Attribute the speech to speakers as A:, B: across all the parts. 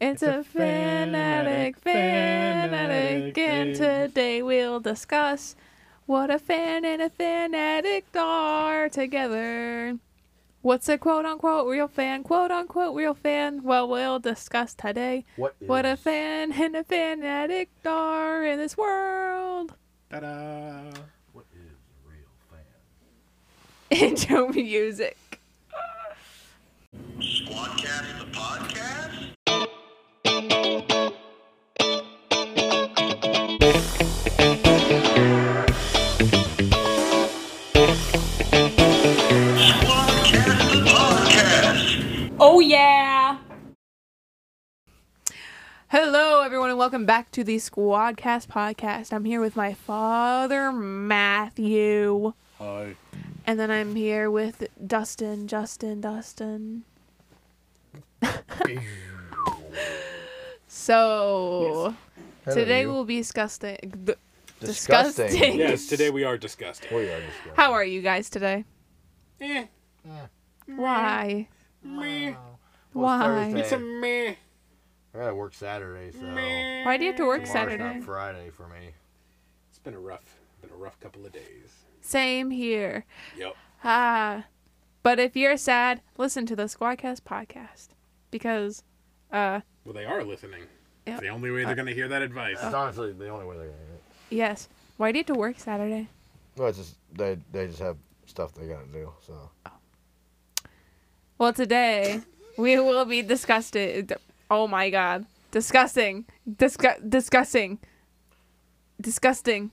A: It's, a, fanatic, fanatic,
B: fanatic,
A: and
B: is-
A: today we'll discuss what a fan and a fanatic are together. What's a quote unquote real fan? Quote unquote real fan? Well, we'll discuss today
C: What is
A: what a fan and a fanatic are in this world.
B: Ta-da.
C: What is a real fan?
A: Intro music.
D: Squadcast the podcast? Squadcast the podcast.
A: Oh, yeah. Hello, everyone, and welcome back to the Squadcast podcast. I'm here with my father, Matthew.
B: Hi.
A: And then I'm here with Dustin, Justin, Dustin. so, today we'll be discussing. th-
C: Disgusting.
A: disgusting.
B: Yes, today we are disgusting.
C: We are disgusting.
A: How are you guys today?
B: Eh,
A: Why?
B: meh.
C: Well, it's
A: Why?
C: Thursday.
B: It's a meh.
C: I gotta work Saturday, so tomorrow's
B: Meh.
A: Why do you have to work Saturday?
C: not Friday for me.
B: It's been a rough, been a rough couple of days.
A: Same here.
B: Yep.
A: Ah. But if you're sad, listen to the Squadcast podcast because uh
B: Well, they are listening.
A: Yep.
B: It's the only way they're going to hear that advice.
A: Oh.
C: It's honestly the only way they're gonna do it.
A: yes, why do you have to work Saturday?
C: Well, it's just they they just have stuff they gotta do. So
A: Well, today we will be disgusting. Oh my god. Disgusting. Disgu- disgusting. Disgusting.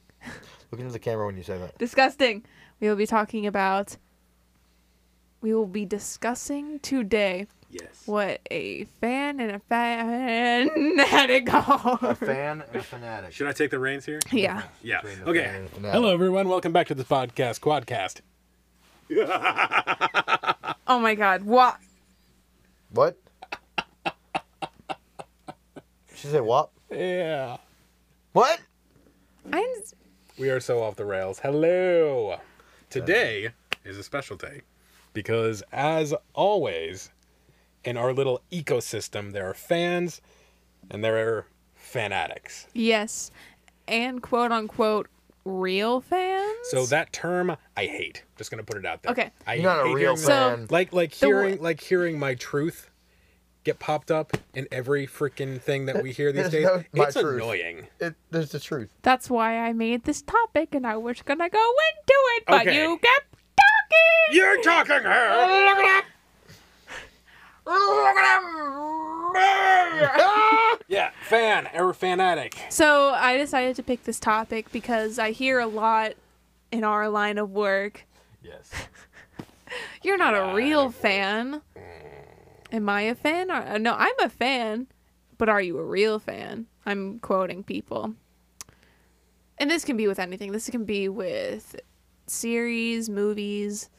C: look into the camera when you say that.
A: Disgusting. We will be talking about we will be discussing today
B: Yes.
A: what a fan and a fanatic are.
C: A fan and a fanatic.
B: Should I take the reins here?
A: Yeah.
B: Yeah.
C: Between the fan
B: Okay.
C: and fanatic.
B: Hello, everyone. Welcome back to the podcast, Quadcast.
A: Oh my god. What?
C: What? she said what?
B: Yeah.
C: What?
A: I'm
B: We are so off the rails. Hello. Today is a special day because, as always, in our little ecosystem, there are fans and there are fanatics.
A: Yes. And quote unquote real fans.
B: So that term I hate. Just gonna put it out there.
A: Okay.
B: I
C: You're not a
B: hate
C: real
B: hearing-
A: So-
C: fan.
B: Like like
A: The
B: hearing
A: wha-
B: like hearing my truth get popped up in every freaking thing that we hear these days.
C: There's no- my
B: it's
C: truth.
B: annoying.
C: it, there's the truth.
A: that's why I made this topic and I was gonna go into it, but
B: Okay.
A: you kept talking.
B: You're talking here.
A: Look at him. Look at him.
B: Yeah, fan or fanatic.
A: so I decided to pick this topic because I hear a lot in our line of work.
C: Yes.
A: You're not a
B: Line
A: real
B: of work.
A: fan. Am I a fan? Or, uh, no, I'm a fan, but are you a real fan? I'm quoting people. And this can be with anything. This can be with series, movies,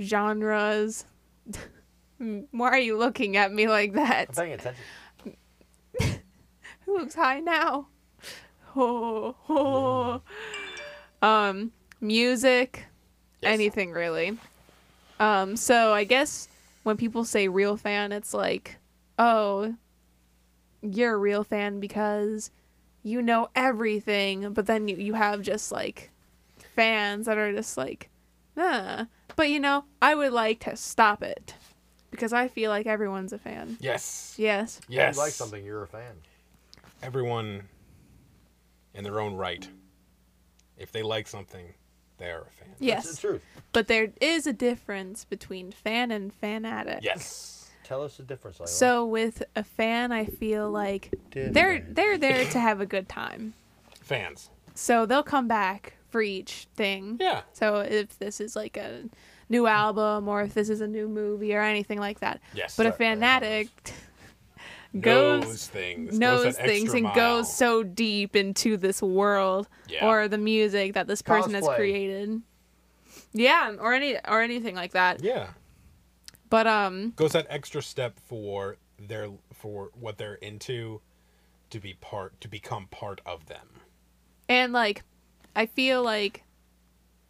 A: genres. Why are you looking at me like
C: I'm
A: that?
C: paying attention.
A: Who looks high now? Oh, oh. Um, music, anything really. Um, so I guess when people say real fan, it's like, oh, you're a real fan because you know everything, but then you, you have just like fans that are just like, ah. But you know, I would like to stop it because I feel like everyone's a fan.
B: Yes.
A: Yes.
B: Yes.
C: If you like something, you're a fan.
B: Everyone in their own right. If they like something, they are a fan.
A: Yes.
C: It's the truth.
A: But there is a difference between fan and fanatic.
B: Yes.
C: Tell us the difference. Layla.
A: So with a fan, I feel like
C: Difference.
A: they're they're there to have a good time.
B: Fans.
A: So they'll come back for each thing.
B: Yeah.
A: So if this is like a new album or if this is a new movie or anything like that.
B: Yes.
A: But a
B: Sorry.
A: fanatic
B: knows,
A: goes
B: things.
A: knows,
B: that
A: things
B: extra
A: and
B: mile.
A: goes so deep into this world
B: Yeah.
A: or the music that this person has
C: Cosplay.
A: created. Yeah, or any or anything like that.
B: Yeah.
A: But um
B: goes that extra step for their for what they're into to be part to become part of them
A: and like I feel like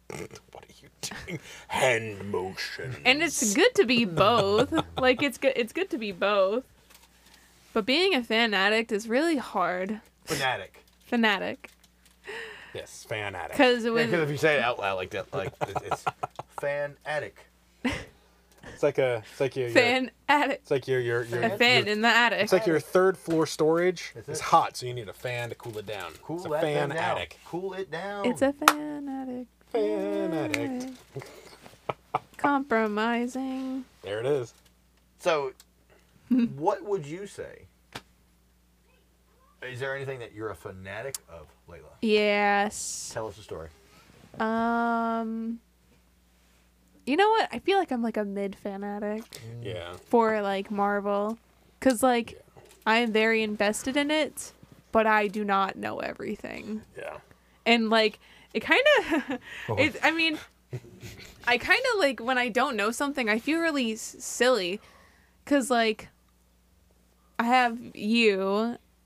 B: what are you doing hand motion
A: and it's good to be both. like it's good it's good to be both. But being a fan addict is really hard.
E: Fanatic.
A: Fanatic.
B: Yes, fan addict.
A: Because
E: Yeah, because
A: when
E: if you say it out loud like that, like it's, it's fanatic.
B: It's like a, it's like your, your-
A: fan addict.
B: it's like your, your, your,
A: A fan
B: your-
A: in the attic.
B: it's like your third floor storage
E: That's
B: is
E: it.
B: hot, so you need a fan to cool it down.
E: Cool
B: it's a
E: that
B: fan
E: thing down.
B: addict.
E: Cool it down.
A: It's a fan addict.
B: Fan addict.
A: Compromising.
B: There it is.
E: So, what would you say? Is there anything that you're a fanatic of, Layla?
A: Yes.
E: Tell us a story.
A: Um. You know what? I feel like I'm like a mid fan addict
E: Mm.
B: Yeah.
A: for like Marvel, cause like I am very invested in it, but I do not know everything.
B: Yeah.
A: and like it kind of it i mean i kind of like when i don't know something i feel really s- silly because like i have you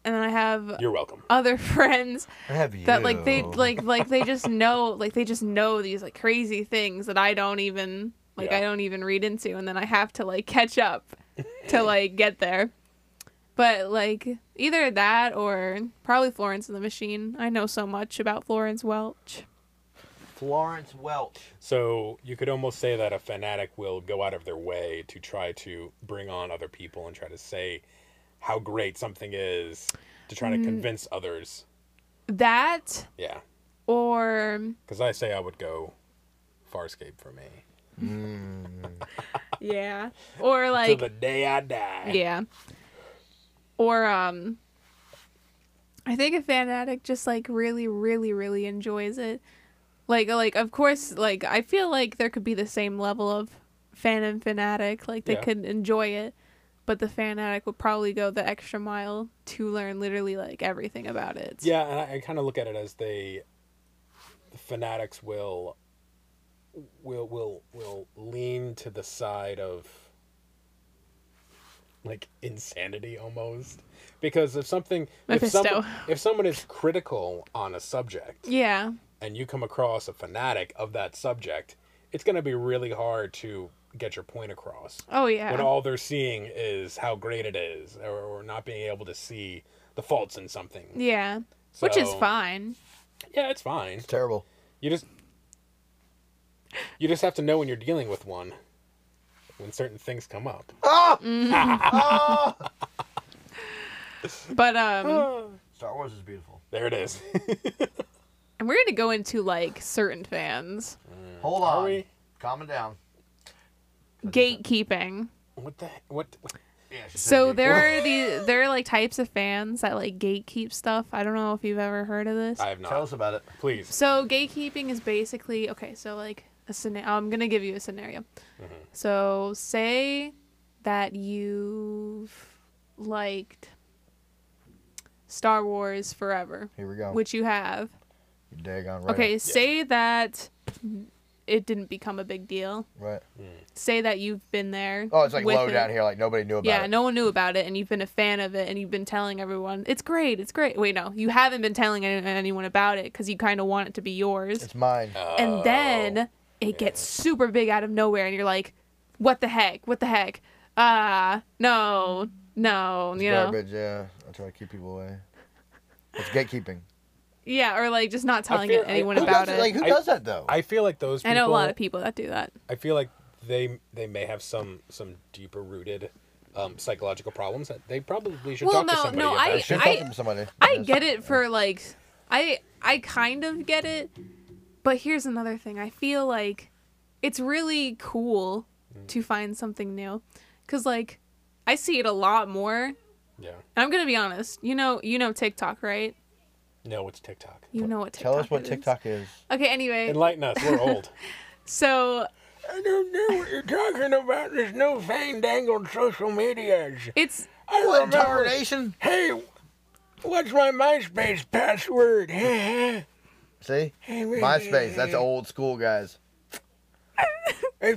A: and then i have
B: You're welcome.
A: other friends
C: Have you?
A: that like they like like they just know like they just know these like crazy things that i don't even like
B: Yeah.
A: i don't even read into and then i have to like catch up to like get there but like either that or probably florence and the machine i know so much about florence welch
E: Florence Welch.
B: So you could almost say that a fanatic will go out of their way to try to bring on other people and try to say how great something is to
A: Mm.
B: try to convince others.
A: that
B: Yeah.
A: or
B: Because I say I would go Farscape for me.
A: yeah or like
B: Till the day I die.
A: yeah or um i think a fanatic just like really really really enjoys it like like of course like i feel like there could be the same level of fan and fanatic like they
B: Yeah.
A: could enjoy it but the fanatic would probably go the extra mile to learn literally like everything about it
B: Yeah, and I, I kind of look at it as they, the fanatics will, will will will lean to the side of like insanity almost, because if something if, some-
A: Mephisto.
B: if someone is critical on a subject
A: yeah
B: and you come across a fanatic of that subject, it's going to be really hard to get your point across
A: oh yeah
B: when all they're seeing is how great it is, or, or not being able to see the faults in something.
A: yeah which is
B: So-
A: fine
B: Yeah, it's fine.
C: It's terrible.
B: You just you just have to know when you're dealing with one when certain things come up.
A: but um
E: Star Wars is beautiful.
B: There it is.
A: and we're gonna go into like certain fans
E: Hold on.
B: we?
E: Calm it down.
A: gatekeeping
B: what the what, what
E: Yeah, she said
A: So
E: beautiful.
A: there are the there are like types of fans that like gatekeep stuff. I don't know if you've ever heard of this.
B: I have not.
E: Tell us about it.
B: Please.
A: So gatekeeping is basically okay. So like a scenario. I'm gonna give you a scenario.
C: Mm-hmm.
A: So say that you've liked Star Wars forever,
C: Here we go.
A: which you have.
C: You're daggone right.
A: Okay, say that it didn't become a big deal.
C: Right.
A: Say that you've been there.
C: Oh, it's like
A: with
C: low
A: it.
C: down here. Like nobody knew about
A: Yeah,
C: it.
A: no one knew about it, and you've been a fan of it, and you've been telling everyone it's great, it's great. Wait, no, you haven't been telling any- anyone about it because you kind of want it to be yours.
C: It's Oh. mine.
A: and then it gets super big out of nowhere, and you're like, "What the heck? What the heck? Ah, no, no,
C: It's
A: you know,
C: garbage. Yeah. I try to keep people away. It's gatekeeping.
A: yeah, or like just not telling
B: feel-
A: it
B: I-
A: anyone
B: Who
C: Who
A: about
C: does,
A: it."
C: Like who
B: I-
C: does that though?
B: I feel like those
A: I
B: people
A: know a lot of people that do that.
B: I feel like they they may have some some deeper rooted um, psychological problems that they probably should
A: Well,
B: talk to
A: no,
B: somebody
A: no,
B: about.
C: I should
A: I-
C: talk to somebody.
A: I
C: Yes.
A: get it for like I I kind of get it, but here's another thing. I feel like it's really cool
C: Mm.
A: to find something new cuz like I see it a lot more.
B: yeah.
A: I'm going to be honest. You know, you know TikTok, right?
B: No, it's TikTok.
A: You know what TikTok
C: Tell us what
A: is.
C: TikTok is.
A: Okay, anyway.
B: Enlighten us. We're old.
A: so
B: I don't know what you're talking about. There's no fandangled social medias.
A: it's
B: I
C: Retardation.
B: Hey, what's my MySpace password? it's
C: See? MySpace. That's old school, guys.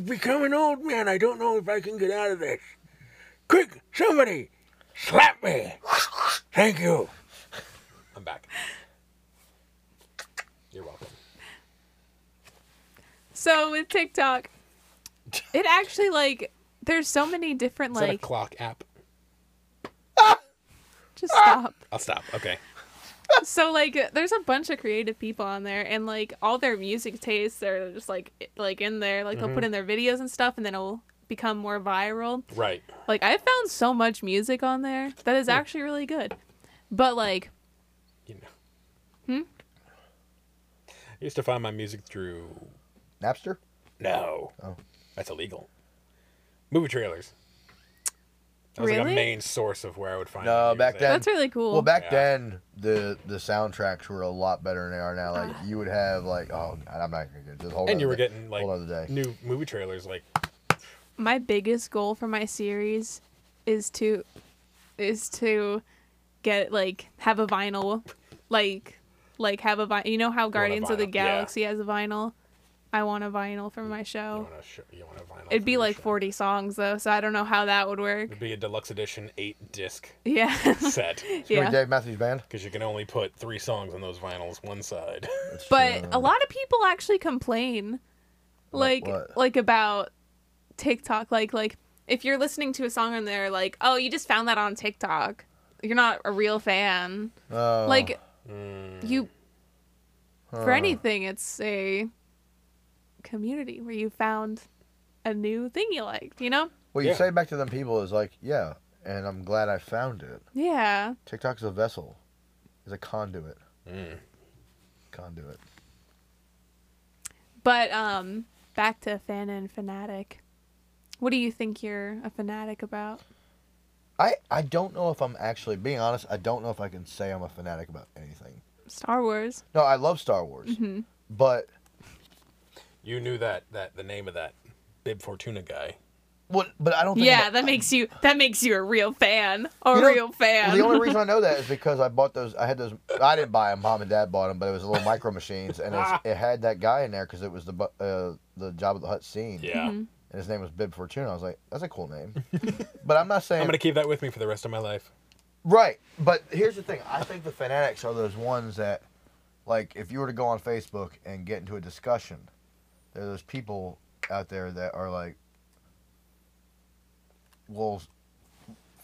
B: become an old man. I don't know if I can get out of this. Quick, somebody, slap me. Thank you. I'm back. You're welcome.
A: so with TikTok it actually like there's so many different
B: Is that a
A: like
B: clock app?
A: Just stop.
B: I'll stop. Okay.
A: so like there's a bunch of creative people on there and like all their music tastes are just like i- like in there like they'll put
B: Mm-hmm.
A: in their videos and stuff and then it'll become more viral
B: Right.
A: like i found so much music on there that is actually really good but like
B: You know. Hmm? I used to find my music through.
C: Napster?
B: No.
C: Oh.
B: That's illegal. Movie trailers. That was like
A: Really?
B: a main source of where I would find
C: No,
B: my music.
C: back then-
A: that's really cool
C: Well, back
B: Yeah.
C: then the the soundtracks were a lot better than they are now.
A: Ah.
C: Like you would have like oh, God, I'm not gonna get this whole.
B: And you were getting like
C: whole other day.
B: new movie trailers, like
A: my biggest goal for my series is to is to get like have a vinyl like like have a vinyl you know how guardians of the
B: vinyl, yeah.
A: galaxy has a vinyl i want a vinyl for my
B: you
A: show
B: want to sh- you want to vinyl.
A: Oh. It'd
B: for
A: be
B: your
A: like
B: show.
A: 40 songs though, so I don't know how that would work.
B: It'd be a deluxe edition eight disc
A: Yeah.
B: set
C: You know
A: yeah.
C: Dave Matthews Band.
B: because you can only put three songs on those vinyls one side.
A: But a lot of people actually complain like
C: what?
A: like about TikTok like like if you're listening to a song and they're like, "Oh, you just found that on TikTok. You're not a real fan."
C: Oh,
A: like you for
C: Mm. Huh.
A: anything, it's a community where you found a new thing you liked, you know?
C: what you
B: Yeah.
C: say back to them people is like yeah, and I'm glad I found it.
A: Yeah.
C: TikTok's a vessel. It's a conduit.
B: Mm.
C: Conduit.
A: But um, back to fan and fanatic. What do you think you're a fanatic about?
C: I I don't know if I'm actually being honest. I don't know if I can say I'm a fanatic about anything.
A: Star Wars.
C: No, I love Star Wars,
A: Mm-hmm.
C: but
B: You knew that that the name of that Bib Fortuna guy.
C: what? But I don't. Think
A: yeah,
C: about-
A: that makes you that makes you a real fan, a
C: You know,
A: real fan.
C: Well, the only reason I know that is because I bought those. I had those. I didn't buy them. Mom and Dad bought them, but it was little micro machines, and it's, it had that guy in there because it was the bu- uh, the job of the hut scene.
B: Yeah.
A: Mm-hmm.
C: And his name was Bib Fortuna. I was like, that's a cool name. but I'm not saying
B: I'm gonna keep that with me for the rest of my life.
C: right. But here's the thing. I think the fanatics are those ones that, like, if you were to go on Facebook and get into a discussion, there are those people out there that are like, will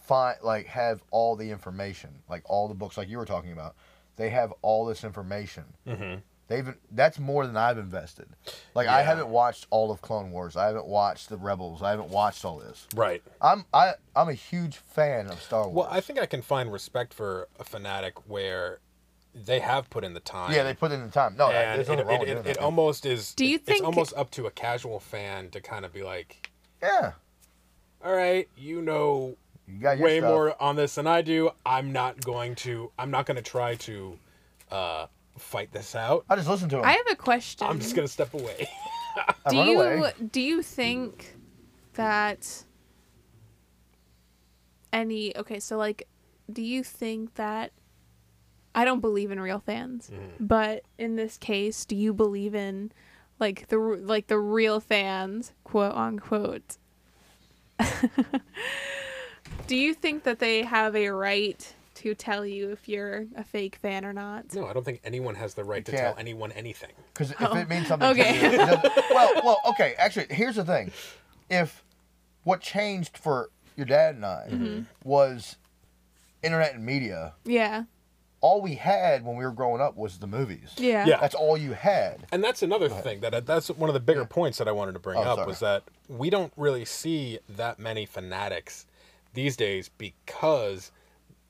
C: find like have all the information, like all the books, like you were talking about. They have all this information.
B: Mhm.
C: They've that's more than I've invested. Like I
B: Yeah.
C: haven't watched all of Clone Wars. I haven't watched the Rebels. I haven't watched all this.
B: Right.
C: I'm I I'm a huge fan of Star Wars.
B: Well, I think I can find respect for a fanatic where they have put in the time.
C: yeah, they put in the time. No,
B: and
C: there's
B: it,
C: nothing
B: it,
C: wrong with
B: it-
C: doing
B: it
C: that.
B: almost is.
A: Do you
B: it-
A: think-
B: it's almost up to a casual fan to kind of be like,
C: yeah,
B: "All right, you know
C: you got your
B: way
C: stuff.
B: more on this than I do. I'm not going to. I'm not going to try to uh, fight this out.
C: I just listen to him.
A: I have a question.
B: I'm just going to step away."
C: I
A: do
C: run
A: you
C: away.
A: do you think that any okay so like do you think that i don't believe in real fans
B: Mm.
A: but in this case do you believe in like the r- like the real fans quote unquote do you think that they have a right to tell you if you're a fake fan or not
B: no, I don't think anyone has the right to
C: You can't.
B: tell anyone anything.
C: Because if
A: Oh,
C: it means something
A: okay.
C: to you, it doesn't- well, well, okay. Actually, here's the thing: if what changed for your dad and I
A: Mm-hmm.
C: was internet and media,
A: yeah
C: all we had when we were growing up was the movies.
A: yeah
B: Yeah.
C: That's all you had.
B: And that's another thing that that's one of the bigger points that I wanted to bring
C: Oh,
B: up
C: sorry.
B: was that we don't really see that many fanatics these days because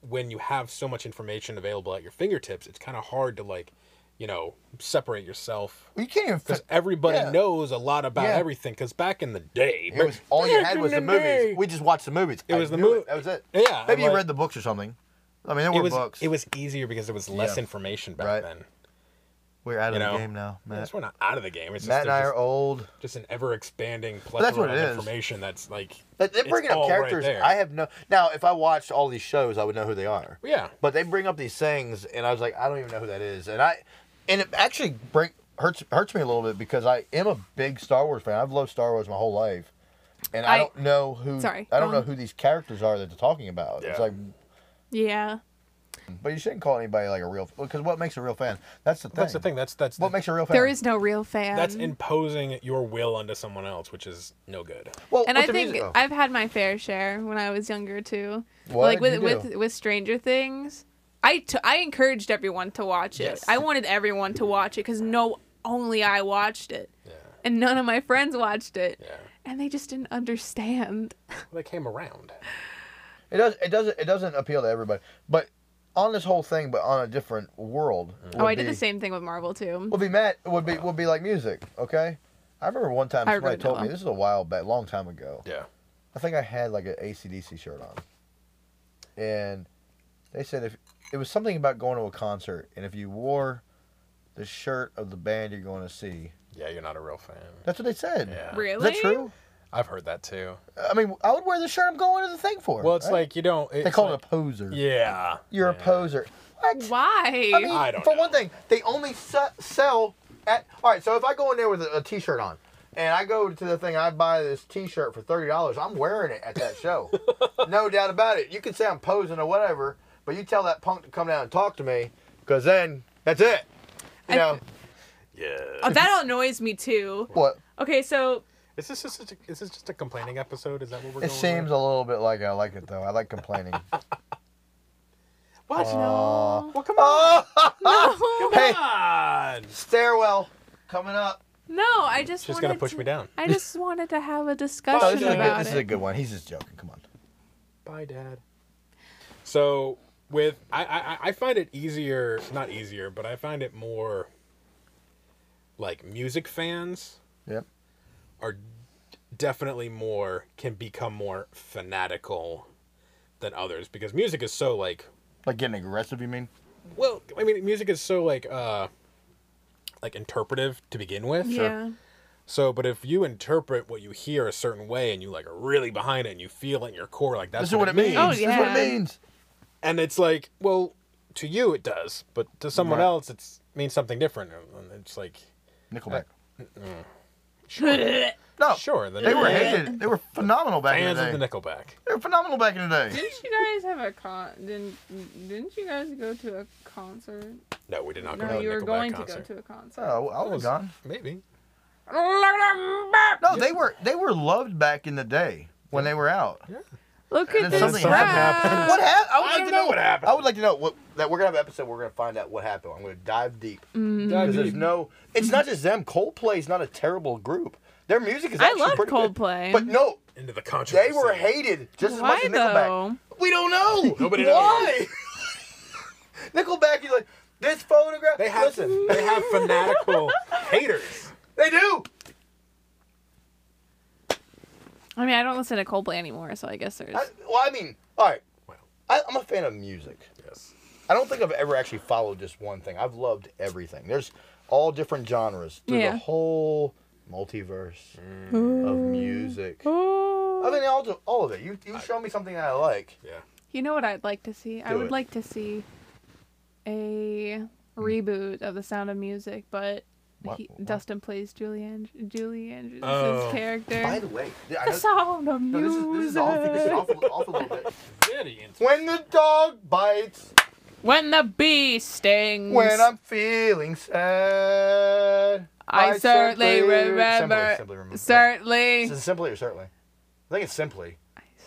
B: when you have so much information available at your fingertips, it's kind of hard to like, you know, separate yourself
C: Well, you can't even.
B: because
C: fit-
B: everybody
C: Yeah.
B: knows a lot about
C: Yeah.
B: everything. Because back in the day,
C: It was all you
B: back
C: had
B: in
C: was the
B: day,
C: movies. We just watched the movies.
B: It
C: I
B: was the
C: knew it.
B: mov-
C: That was it.
B: Yeah,
C: Maybe
B: like-
C: you read the books or something. I mean, there
B: it
C: were
B: was
C: books.
B: it was easier because there was less
C: Yeah.
B: information back
C: Right.
B: then.
C: we're out of
B: you
C: the
B: know.
C: game now, Matt.
B: Yes, we're not out of the game. It's
C: Matt
B: just,
C: and I
B: there's
C: are
B: just,
C: old.
B: just an ever expanding
C: that's
B: plethora
C: what it
B: of
C: is.
B: information that's like
C: They- They
B: it's
C: bring up
B: all right
C: characters.
B: there.
C: I have no. Now, if I watched all these shows, I would know who they are.
B: yeah.
C: But they bring up these things, and I was like, I don't even know who that is, and I, and it actually break hurts hurts me a little bit because I am a big Star Wars fan. I've loved Star Wars my whole life, and I,
A: I-
C: don't know who.
A: Sorry,
C: I don't
A: go
C: know
A: on.
C: who these characters are that they're talking about. It's
B: Yeah.
C: like
A: Yeah.
C: But you shouldn't call anybody like a real because what makes a real fan? That's the thing.
B: That's the thing. That's that's
C: What makes a real fan?
A: There is no real fan.
B: that's imposing your will onto someone else, which is no good.
C: well,
A: and I
C: what's the
A: think
C: music- oh.
A: I've had my fair share when I was younger too.
C: What
A: like with
C: did you do?
A: with with Stranger Things, I t- I encouraged everyone to watch it.
B: Yes.
A: I wanted everyone to watch it because no, only I watched it,
B: Yeah,
A: and none of my friends watched it,
B: yeah.
A: and they just didn't understand.
B: Well, they came around.
C: It does. It doesn't. It doesn't appeal to everybody. But on this whole thing, but on a different world.
A: oh,
C: would
A: I did
C: be-
A: the same thing with Marvel too.
C: Would be Matt. Would be would be like music. Okay. I remember one time
A: I
C: somebody
A: really
C: told
A: don't
C: me
A: know.
C: this is a while back, long time ago.
B: Yeah.
C: I think I had like an ACDC shirt on, and they said if it was something about going to a concert, and if you wore the shirt of the band you're going to see,
B: Yeah, you're not a real fan.
C: that's what they said.
B: Yeah.
A: Really?
C: Is that true?
B: I've heard that too.
C: I mean, I would wear the shirt I'm going to the thing for.
B: Well, it's
C: right?
B: like you don't. It's
C: they call
B: like,
C: it a poser.
B: Yeah.
C: You're a
B: yeah.
C: poser. What?
A: Why?
C: I mean,
B: I don't
C: for
B: know.
C: one thing, they only se- sell at. All right, so if I go in there with a a T-shirt on, and I go to the thing, I buy this T-shirt for thirty dollars. I'm wearing it at that show, no doubt about it. You can say I'm posing or whatever, but you tell that punk to come down and talk to me, because then that's it. You
A: I-
C: know
B: Yeah.
A: Oh, that annoys me too.
C: what?
A: Okay, so
B: Is this just a, is this just a complaining episode? Is that what we're?
C: It
B: going
C: seems
B: With?
C: a little bit like I like it though. I like complaining.
B: What?
A: no,
B: Well, come on.
A: no,
C: Hey.
B: Come on.
C: Stairwell coming up.
A: no. I just
B: She's
A: wanted
B: gonna push
A: to,
B: me down.
A: I just wanted to have a
C: Oh,
A: discussion
C: this is, a good,
A: about
C: this is a
A: it.
C: good one. He's just joking. Come on.
B: Bye, Dad. So with I, I I- I find it easier not easier, but I find it more like music fans
C: Yep.
B: are definitely more can become more fanatical than others because music is so like
C: Like getting aggressive, you mean?
B: well I mean music is so like uh like interpretive to begin with.
A: Yeah.
B: So but if you interpret what you hear a certain way and you like are really behind it and you feel it in your core like that's
C: this is what it means.
A: Oh,
C: This is what
A: yeah.
C: it means.
B: and it's like well to you it does but to someone
C: Right.
B: else it's means something different and it's like
C: Nickelback.
A: Sure.
C: No,
B: sure the
C: Oh. They were
B: Nickelback-
C: hated. They were phenomenal back in
B: fans
C: the day.
B: of the nickelback
C: they were phenomenal back in the day.
F: Didn't you guys have a con? Didn't Didn't you guys go to a concert?
B: no we did not go
F: No,
B: to
F: you
B: the
F: were
B: nickelback
F: going
B: concert.
F: to go to a concert.
C: Oh, I was gone.
B: maybe
C: No, they were they were loved back in the day when they were out.
A: Look
C: And
A: at this
C: then something
A: crowd.
C: happened. What happened? I would
B: I
C: like
B: don't
C: to
B: know what happened.
C: I would like to know what that we're gonna have an episode. We're gonna find out what happened. I'm gonna dive deep
A: Mm-hmm.
F: Mm-hmm.
B: Dive
C: because there's
B: deep.
C: no. It's not just them. Coldplay's not a terrible group. Their music is
A: I
C: actually
A: love
C: pretty good.
A: Coldplay.
C: But no,
B: into the controversy
C: they were hated just as
A: Why
C: much as Nickelback.
A: though?
C: We don't know.
B: Nobody
C: Why? Nickelback is like this photograph.
B: they have
C: Listen,
B: they have fanatical haters
C: they do.
A: I mean, I don't listen to Coldplay anymore, so I guess there's.
C: I, well, I mean, all right.
B: Well.
C: I, I'm a fan of music.
B: yes
C: I don't think I've ever actually followed just one thing. I've loved everything. There's all different genres through
A: Yeah.
C: the whole multiverse of music. Oh. I mean, all, the- all of it. You, you show me something that I like.
B: yeah
A: You know what I'd like to see? I
C: Do
A: would
C: it.
A: like to see a reboot of The Sound of Music, but
C: What-
A: he,
C: what?
A: Dustin plays Julie, and- Julie Andrews'
B: Oh.
C: By
A: character.
C: the way, I
A: The
C: know,
A: Sound of
C: no,
A: Music.
C: this is, this is off, this is off, off a little bit.
B: very interesting
C: When the dog bites,
A: When the bee stings.
C: when I'm feeling sad.
A: I certainly
C: Simply,
A: remember-
C: simply remember.
A: Certainly.
C: Is it simply or certainly? I think it's simply.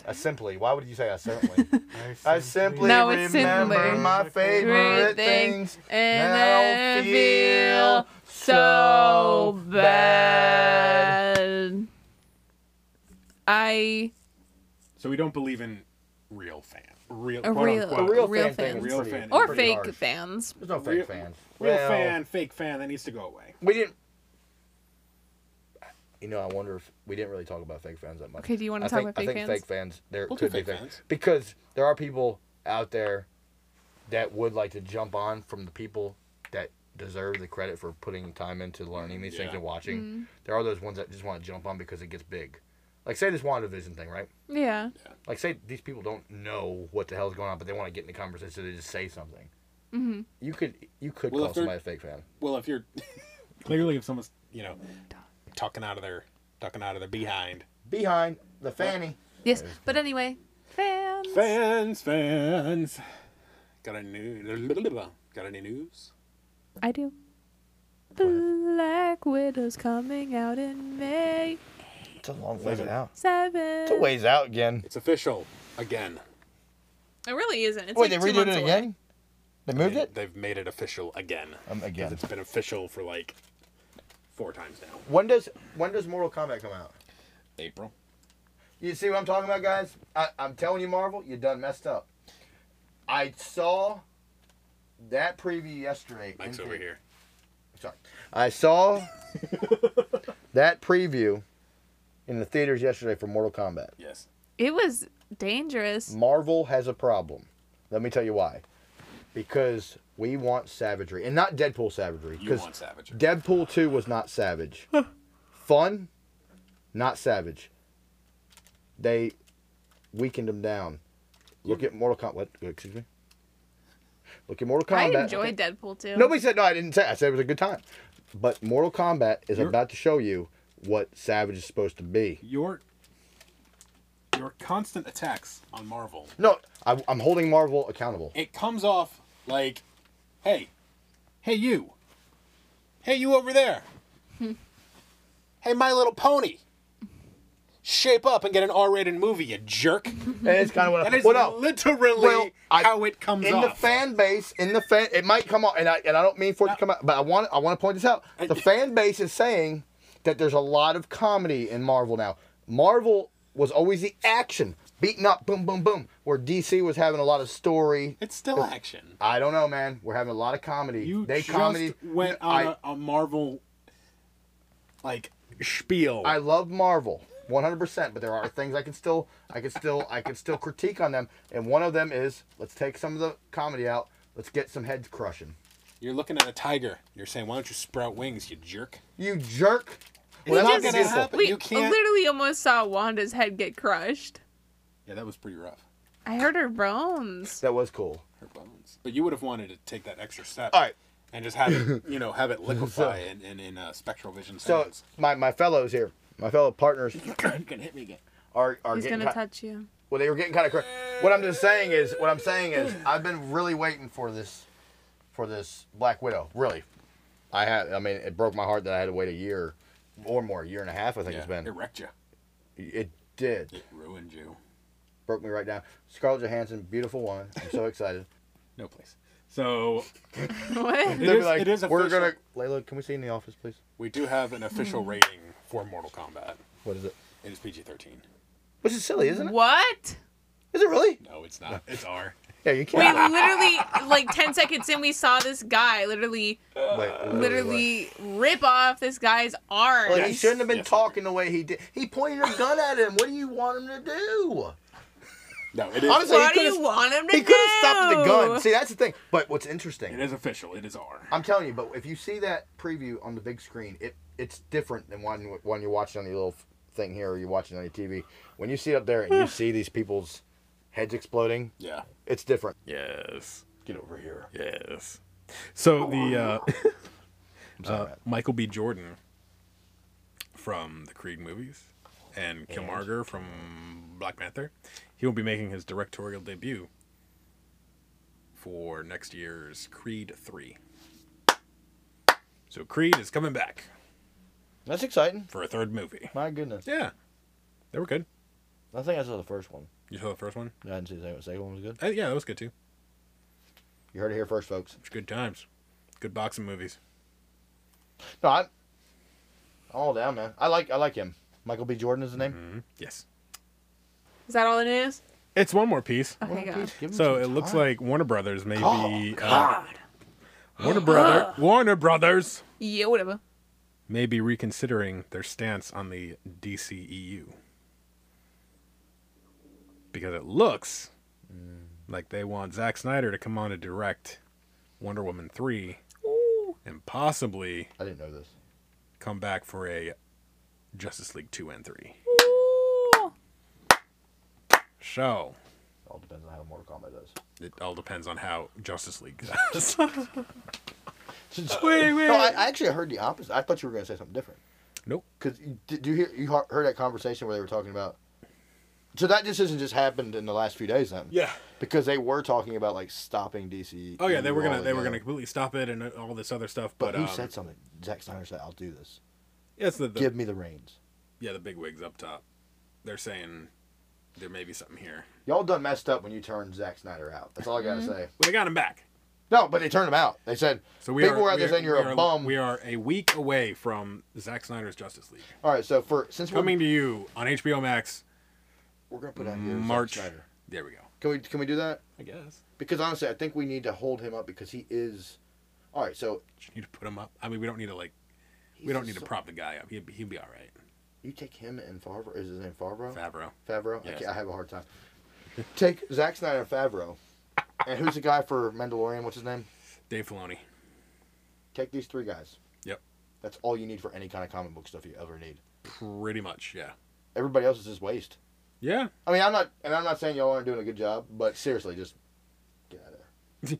C: I simply. Why would you say I certainly? I
B: I
C: simply
A: No, it's
C: remember
A: simply.
C: my favorite
A: Great
C: things,
A: things,
C: and
A: and
C: I
A: I
C: feel
A: feel
C: so
A: so
C: bad.
A: bad. I
B: so we don't believe in real fan real
A: a
B: quote
A: real a
B: unquote,
C: real
A: real,
C: fan thing
A: fans
B: is Real pretty- fan is
A: or
C: pretty
A: fake
C: harsh.
A: fans.
C: There's no
B: Real-
C: fake fans.
B: real
C: Well,
B: fan fake fan that needs to go away
C: We didn't. You know, I wonder if we didn't really talk about fake fans that much.
A: Okay, do you wanna
C: I
A: talk
C: think-
A: about fake
C: I think
A: fans?
C: fake fans. There
B: We'll do
C: could be
B: fake
C: fake
B: fans.
C: because there are people out there that would like to jump on from the people that deserve the credit for putting time into learning these things
B: Yeah.
C: and watching.
E: Mm-hmm.
C: There are those ones that just want to jump on because it gets big. Like say this WandaVision thing, right?
A: Mm, Yeah.
C: Like say these people don't know what the hell's going on, but they want to get in the conversation, so they just say something. Mm-hmm. You could you could
B: Well,
C: call
B: if they're-
C: somebody a fake fan.
B: well if you're clearly if someone's you know talking out of their talking out of their behind
C: Behind the fanny.
A: Yes, but anyway, fans.
B: fans fans Got a new. Got any news?
A: I do. Black Widow's coming out in May
E: It's a long ways
B: Seven.
E: out.
A: 7.
E: It's a ways out again.
B: It's official again.
F: It really isn't. It's
E: Wait,
F: like
E: they
F: two
E: redid
F: months
E: it
F: away.
E: again? They moved
B: They-
E: it?
B: They've made it official again.
E: Um,
B: 'Cause
E: again.
B: It's been official for like four times now.
C: When does when does Mortal Kombat come out?
E: April.
C: You see what I'm talking about, guys? I, I'm telling you, Marvel, you done messed up. I saw that preview yesterday. in
B: Mike's over
C: theater.
B: here.
C: Sorry. I saw that preview in the theaters yesterday for Mortal Kombat.
B: Yes.
A: It was dangerous.
C: Marvel has a problem. Let me tell you why. Because we want savagery, and not Deadpool savagery.
B: You
C: Because
B: want Savage.
C: Deadpool 2 was not savage. Fun, not savage. They weakened him down. Look at Mortal Kombat. What? Excuse me. Look at Mortal Kombat.
F: I enjoyed Deadpool too.
C: Nobody said no. I didn't say. I said it was a good time. But Mortal Kombat is
B: You're-
C: about to show you what Savage is supposed to be.
B: your your constant attacks on Marvel.
C: No, I, I'm holding Marvel accountable.
B: It comes off like, hey, hey you, hey you over there, hey My Little Pony, shape up and get an R-rated movie, you jerk.
C: And it's kind of what.
B: That is
C: well, no.
B: literally
C: Well, I-
B: how it comes
C: in the
B: off.
C: fan base, in the fan, it might come out, and I and I don't mean for it to come out, but I want I want to point this out. The fan base is saying that there's a lot of comedy in Marvel now. Marvel was always the action, beating up, boom, boom, boom. Where DC was having a lot of story.
B: it's still action.
C: I don't know, man. We're having a lot of comedy.
B: You
C: they
B: just
C: comedy
B: went
C: I-
B: on a a Marvel like spiel.
C: I love Marvel, 100%, but there are things I can still I can still I can still critique on them, and one of them is let's take some of the comedy out. Let's get some heads crushing.
B: You're looking at a tiger. You're saying, "Why don't you sprout wings, you jerk?"
C: You jerk.
B: It's
C: that's
B: not
C: what
B: gonna
C: people-
B: happen.
F: We
B: You can't-
F: literally almost saw Wanda's head get crushed.
B: Yeah, that was pretty rough.
A: I heard her bones.
C: That was cool.
B: Her bones. But you would have wanted to take that extra step.
C: All right.
B: And just have it, you know, have it liquefy in, in, in uh, spectral vision
C: So
B: settings.
C: my, my fellows here, my fellow partners
B: you can hit me again.
C: are are
A: He's
C: getting
A: gonna
C: ki-
A: touch you.
C: well they were getting kind of crazy. What I'm just saying is what I'm saying is I've been really waiting for this for this Black Widow. Really, I had I mean it broke my heart that I had to wait a year or more, a year and a half I think
B: Yeah,
C: it's been.
B: It wrecked you.
C: It did.
B: It ruined you.
C: broke me right down. Scarlett Johansson, beautiful woman. I'm so excited.
B: No place. So
A: What?
B: it
C: They'll
B: is,
C: be
B: it is
C: We're
B: official.
C: gonna Layla. Can we see you in the office, please?
B: We do have an official
C: Hmm.
B: rating for Mortal Kombat.
C: What is it?
B: It is PG-13.
C: Which is silly, isn't it?
F: What?
C: Is it really?
B: No, it's not. It's R.
C: Yeah, you
F: We
C: can't.
F: literally, like 10 seconds in, we saw this guy literally,
C: Wait,
F: literally rip off this guy's arm.
C: Oh, Well, he shouldn't have been
B: Yes.
C: talking the way he did. He pointed a gun at him. What do you want him to do?
B: No, it is.
C: Honestly,
F: what
C: he
F: do you
C: could've-
F: want him to
C: He
F: do?
C: could have stopped at the gun. See, that's the thing. But what's
B: it
C: interesting,
B: is official. It is R.
C: I'm telling you, but if you see that preview on the big screen, it it's different than one when you're watching on your little thing here or you're watching on your TV. When you see it up there and you see these people's heads exploding,
B: Yeah.
C: it's different.
B: Yes. Get over here. Yes. So the uh, uh, Michael B. Jordan from the Creed movies and Killmonger from Black Panther, he will be making his directorial debut for next year's Creed three. So Creed is coming back
E: That's exciting.
B: for a third movie.
E: My goodness.
B: Yeah, they were good.
E: I think I saw the first one.
B: You saw the first one?
E: I didn't see the second one. The second one was good.
B: Uh, yeah, that was good too.
C: You heard it here first, folks.
B: It's good times. Good boxing movies.
C: No, I'm, I'm all down, man. I like I like him. Michael B. Jordan is the name.
B: Yes.
F: Is that all the news?
B: It's one more piece.
F: Okay, God.
C: Give him
B: So
C: some
B: it looks
C: time.
B: like Warner Brothers may be uh, Warner Brother Warner Brothers
F: Yeah, whatever.
B: may be reconsidering their stance on the E DCEU. Because it looks like they want Zack Snyder to come on to direct Wonder Woman 3 and possibly
C: I didn't know this.
B: come back for a Justice League 2 and 3. So,
C: all depends on how Mortal Kombat does.
B: it all depends on how Justice League goes.
C: No, I, I actually heard the opposite. I thought you were going to say something different.
B: nope.
C: Cause you- did you hear you heard that conversation where they were talking about So that decision just happened in the last few days then.
B: Yeah.
C: Because they were talking about like stopping DC.
B: Oh yeah, they were gonna they were gonna completely stop it and uh, all this other stuff. But,
C: But, who
B: um,
C: said something? Zack Snyder said, "I'll do this.
B: yeah, it's the, the
C: Give me the reins."
B: yeah the big wigs up top. They're saying there may be something here.
C: Y'all done messed up when you turned Zack Snyder out. That's all I gotta say.
B: Well, they got him back.
C: No, but they turned him out. They said,
B: So we
C: "People
B: are
C: are out there
B: we
C: saying you're
B: we
C: a bum."
B: We are a week away from Zack Snyder's Justice League
C: All right, so for since we're,
B: coming to you on HBO Max
C: we're gonna put out here March.
B: March.
C: Zack Snyder.
B: There we go.
C: Can we can we do that?
B: I guess
C: Because honestly, I think we need to hold him up because he is. All right, so
B: you need to put him up. I mean, we don't need to like
C: He's
B: we don't
C: a
B: need to
C: so-
B: prop the guy up. He'd be, he'd be all right.
C: you take him and Favreau. Is his name Favreau?
B: Favreau.
C: Favreau. I,
B: Yes.
C: can't, I have a hard time. Take Zack Snyder and Favreau, and who's the guy for Mandalorian? What's his name?
B: Dave Filoni.
C: Take these three guys.
B: Yep.
C: That's all you need for any kind of comic book stuff you ever need.
B: Pretty much. Yeah.
C: Everybody else is just waste.
B: Yeah.
C: I mean, I'm not, and I'm not saying y'all aren't doing a good job, but seriously, just get out of there.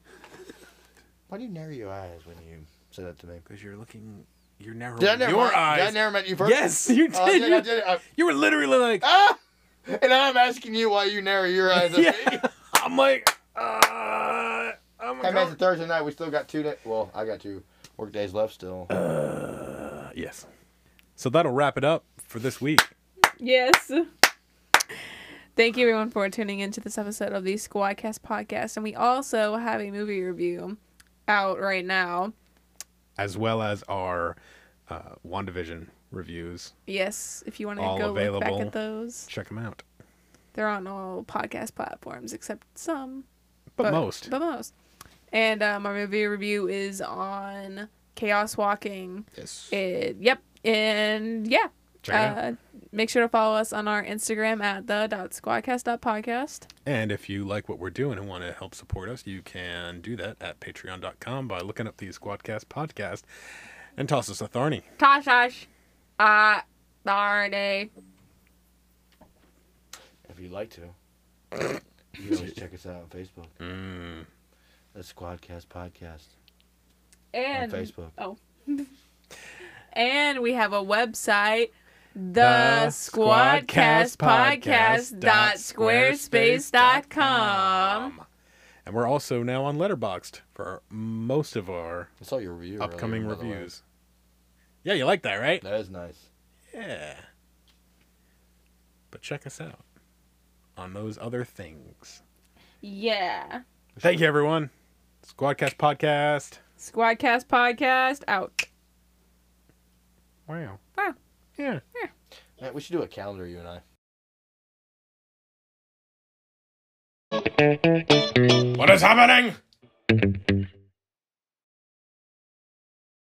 C: Why do you narrow your eyes when you say that to me?
B: Because you're looking. You're narrowing
C: Did I narrow
B: your
C: my,
B: eyes.
C: Did I narrow my, you first?
B: Yes, you did.
C: Oh, I did, I
B: you,
C: did. I,
B: you were literally like,
C: ah! And I'm asking you why you narrow your eyes. at me.
B: yeah. I'm like, uh, I'm
C: Hey
B: a
C: man, it's a
B: col-
C: Thursday night. We still got two days. Well, I got two work days left still.
B: Uh, yes. So that'll wrap it up for this week.
A: Yes. Thank you everyone for tuning into this episode of the Squadcast podcast, and we also have a movie review out right now.
B: As well as our uh, WandaVision reviews.
A: Yes, if you want to
B: All
A: go look back
B: available.
A: at those,
B: Check them out.
A: they're on all podcast platforms except some,
B: But, most.
A: but most. And um, our movie review is on Chaos Walking.
B: yes.
A: It, yep, and yeah.
B: Check it out.
A: Uh, make sure to follow us on our Instagram at the dot squadcast dot podcast.
B: And if you like what we're doing and want to help support us, you can do that at patreon.com by looking up the Squadcast podcast and toss us a tharny.
A: Tashash, uh, Darnay.
C: If you'd like to, you can always check us out on Facebook.
B: Mm.
C: The Squadcast Podcast
A: and
C: on Facebook.
A: Oh. and we have a website, the
B: The
A: Squadcast Podcast dot Squarespace dot com.
B: And we're also now on Letterboxd for our- most of our
C: I saw your review. earlier,
B: upcoming
C: by the way.
B: reviews. Yeah, you like that, right?
C: That is nice.
B: Yeah. But check us out on those other things.
A: Yeah,
B: Thank you, everyone. Squadcast Podcast.
A: Squadcast Podcast out.
B: Wow.
A: Wow.
B: Yeah.
C: Matt, we should do a calendar, you and I.
B: What is happening?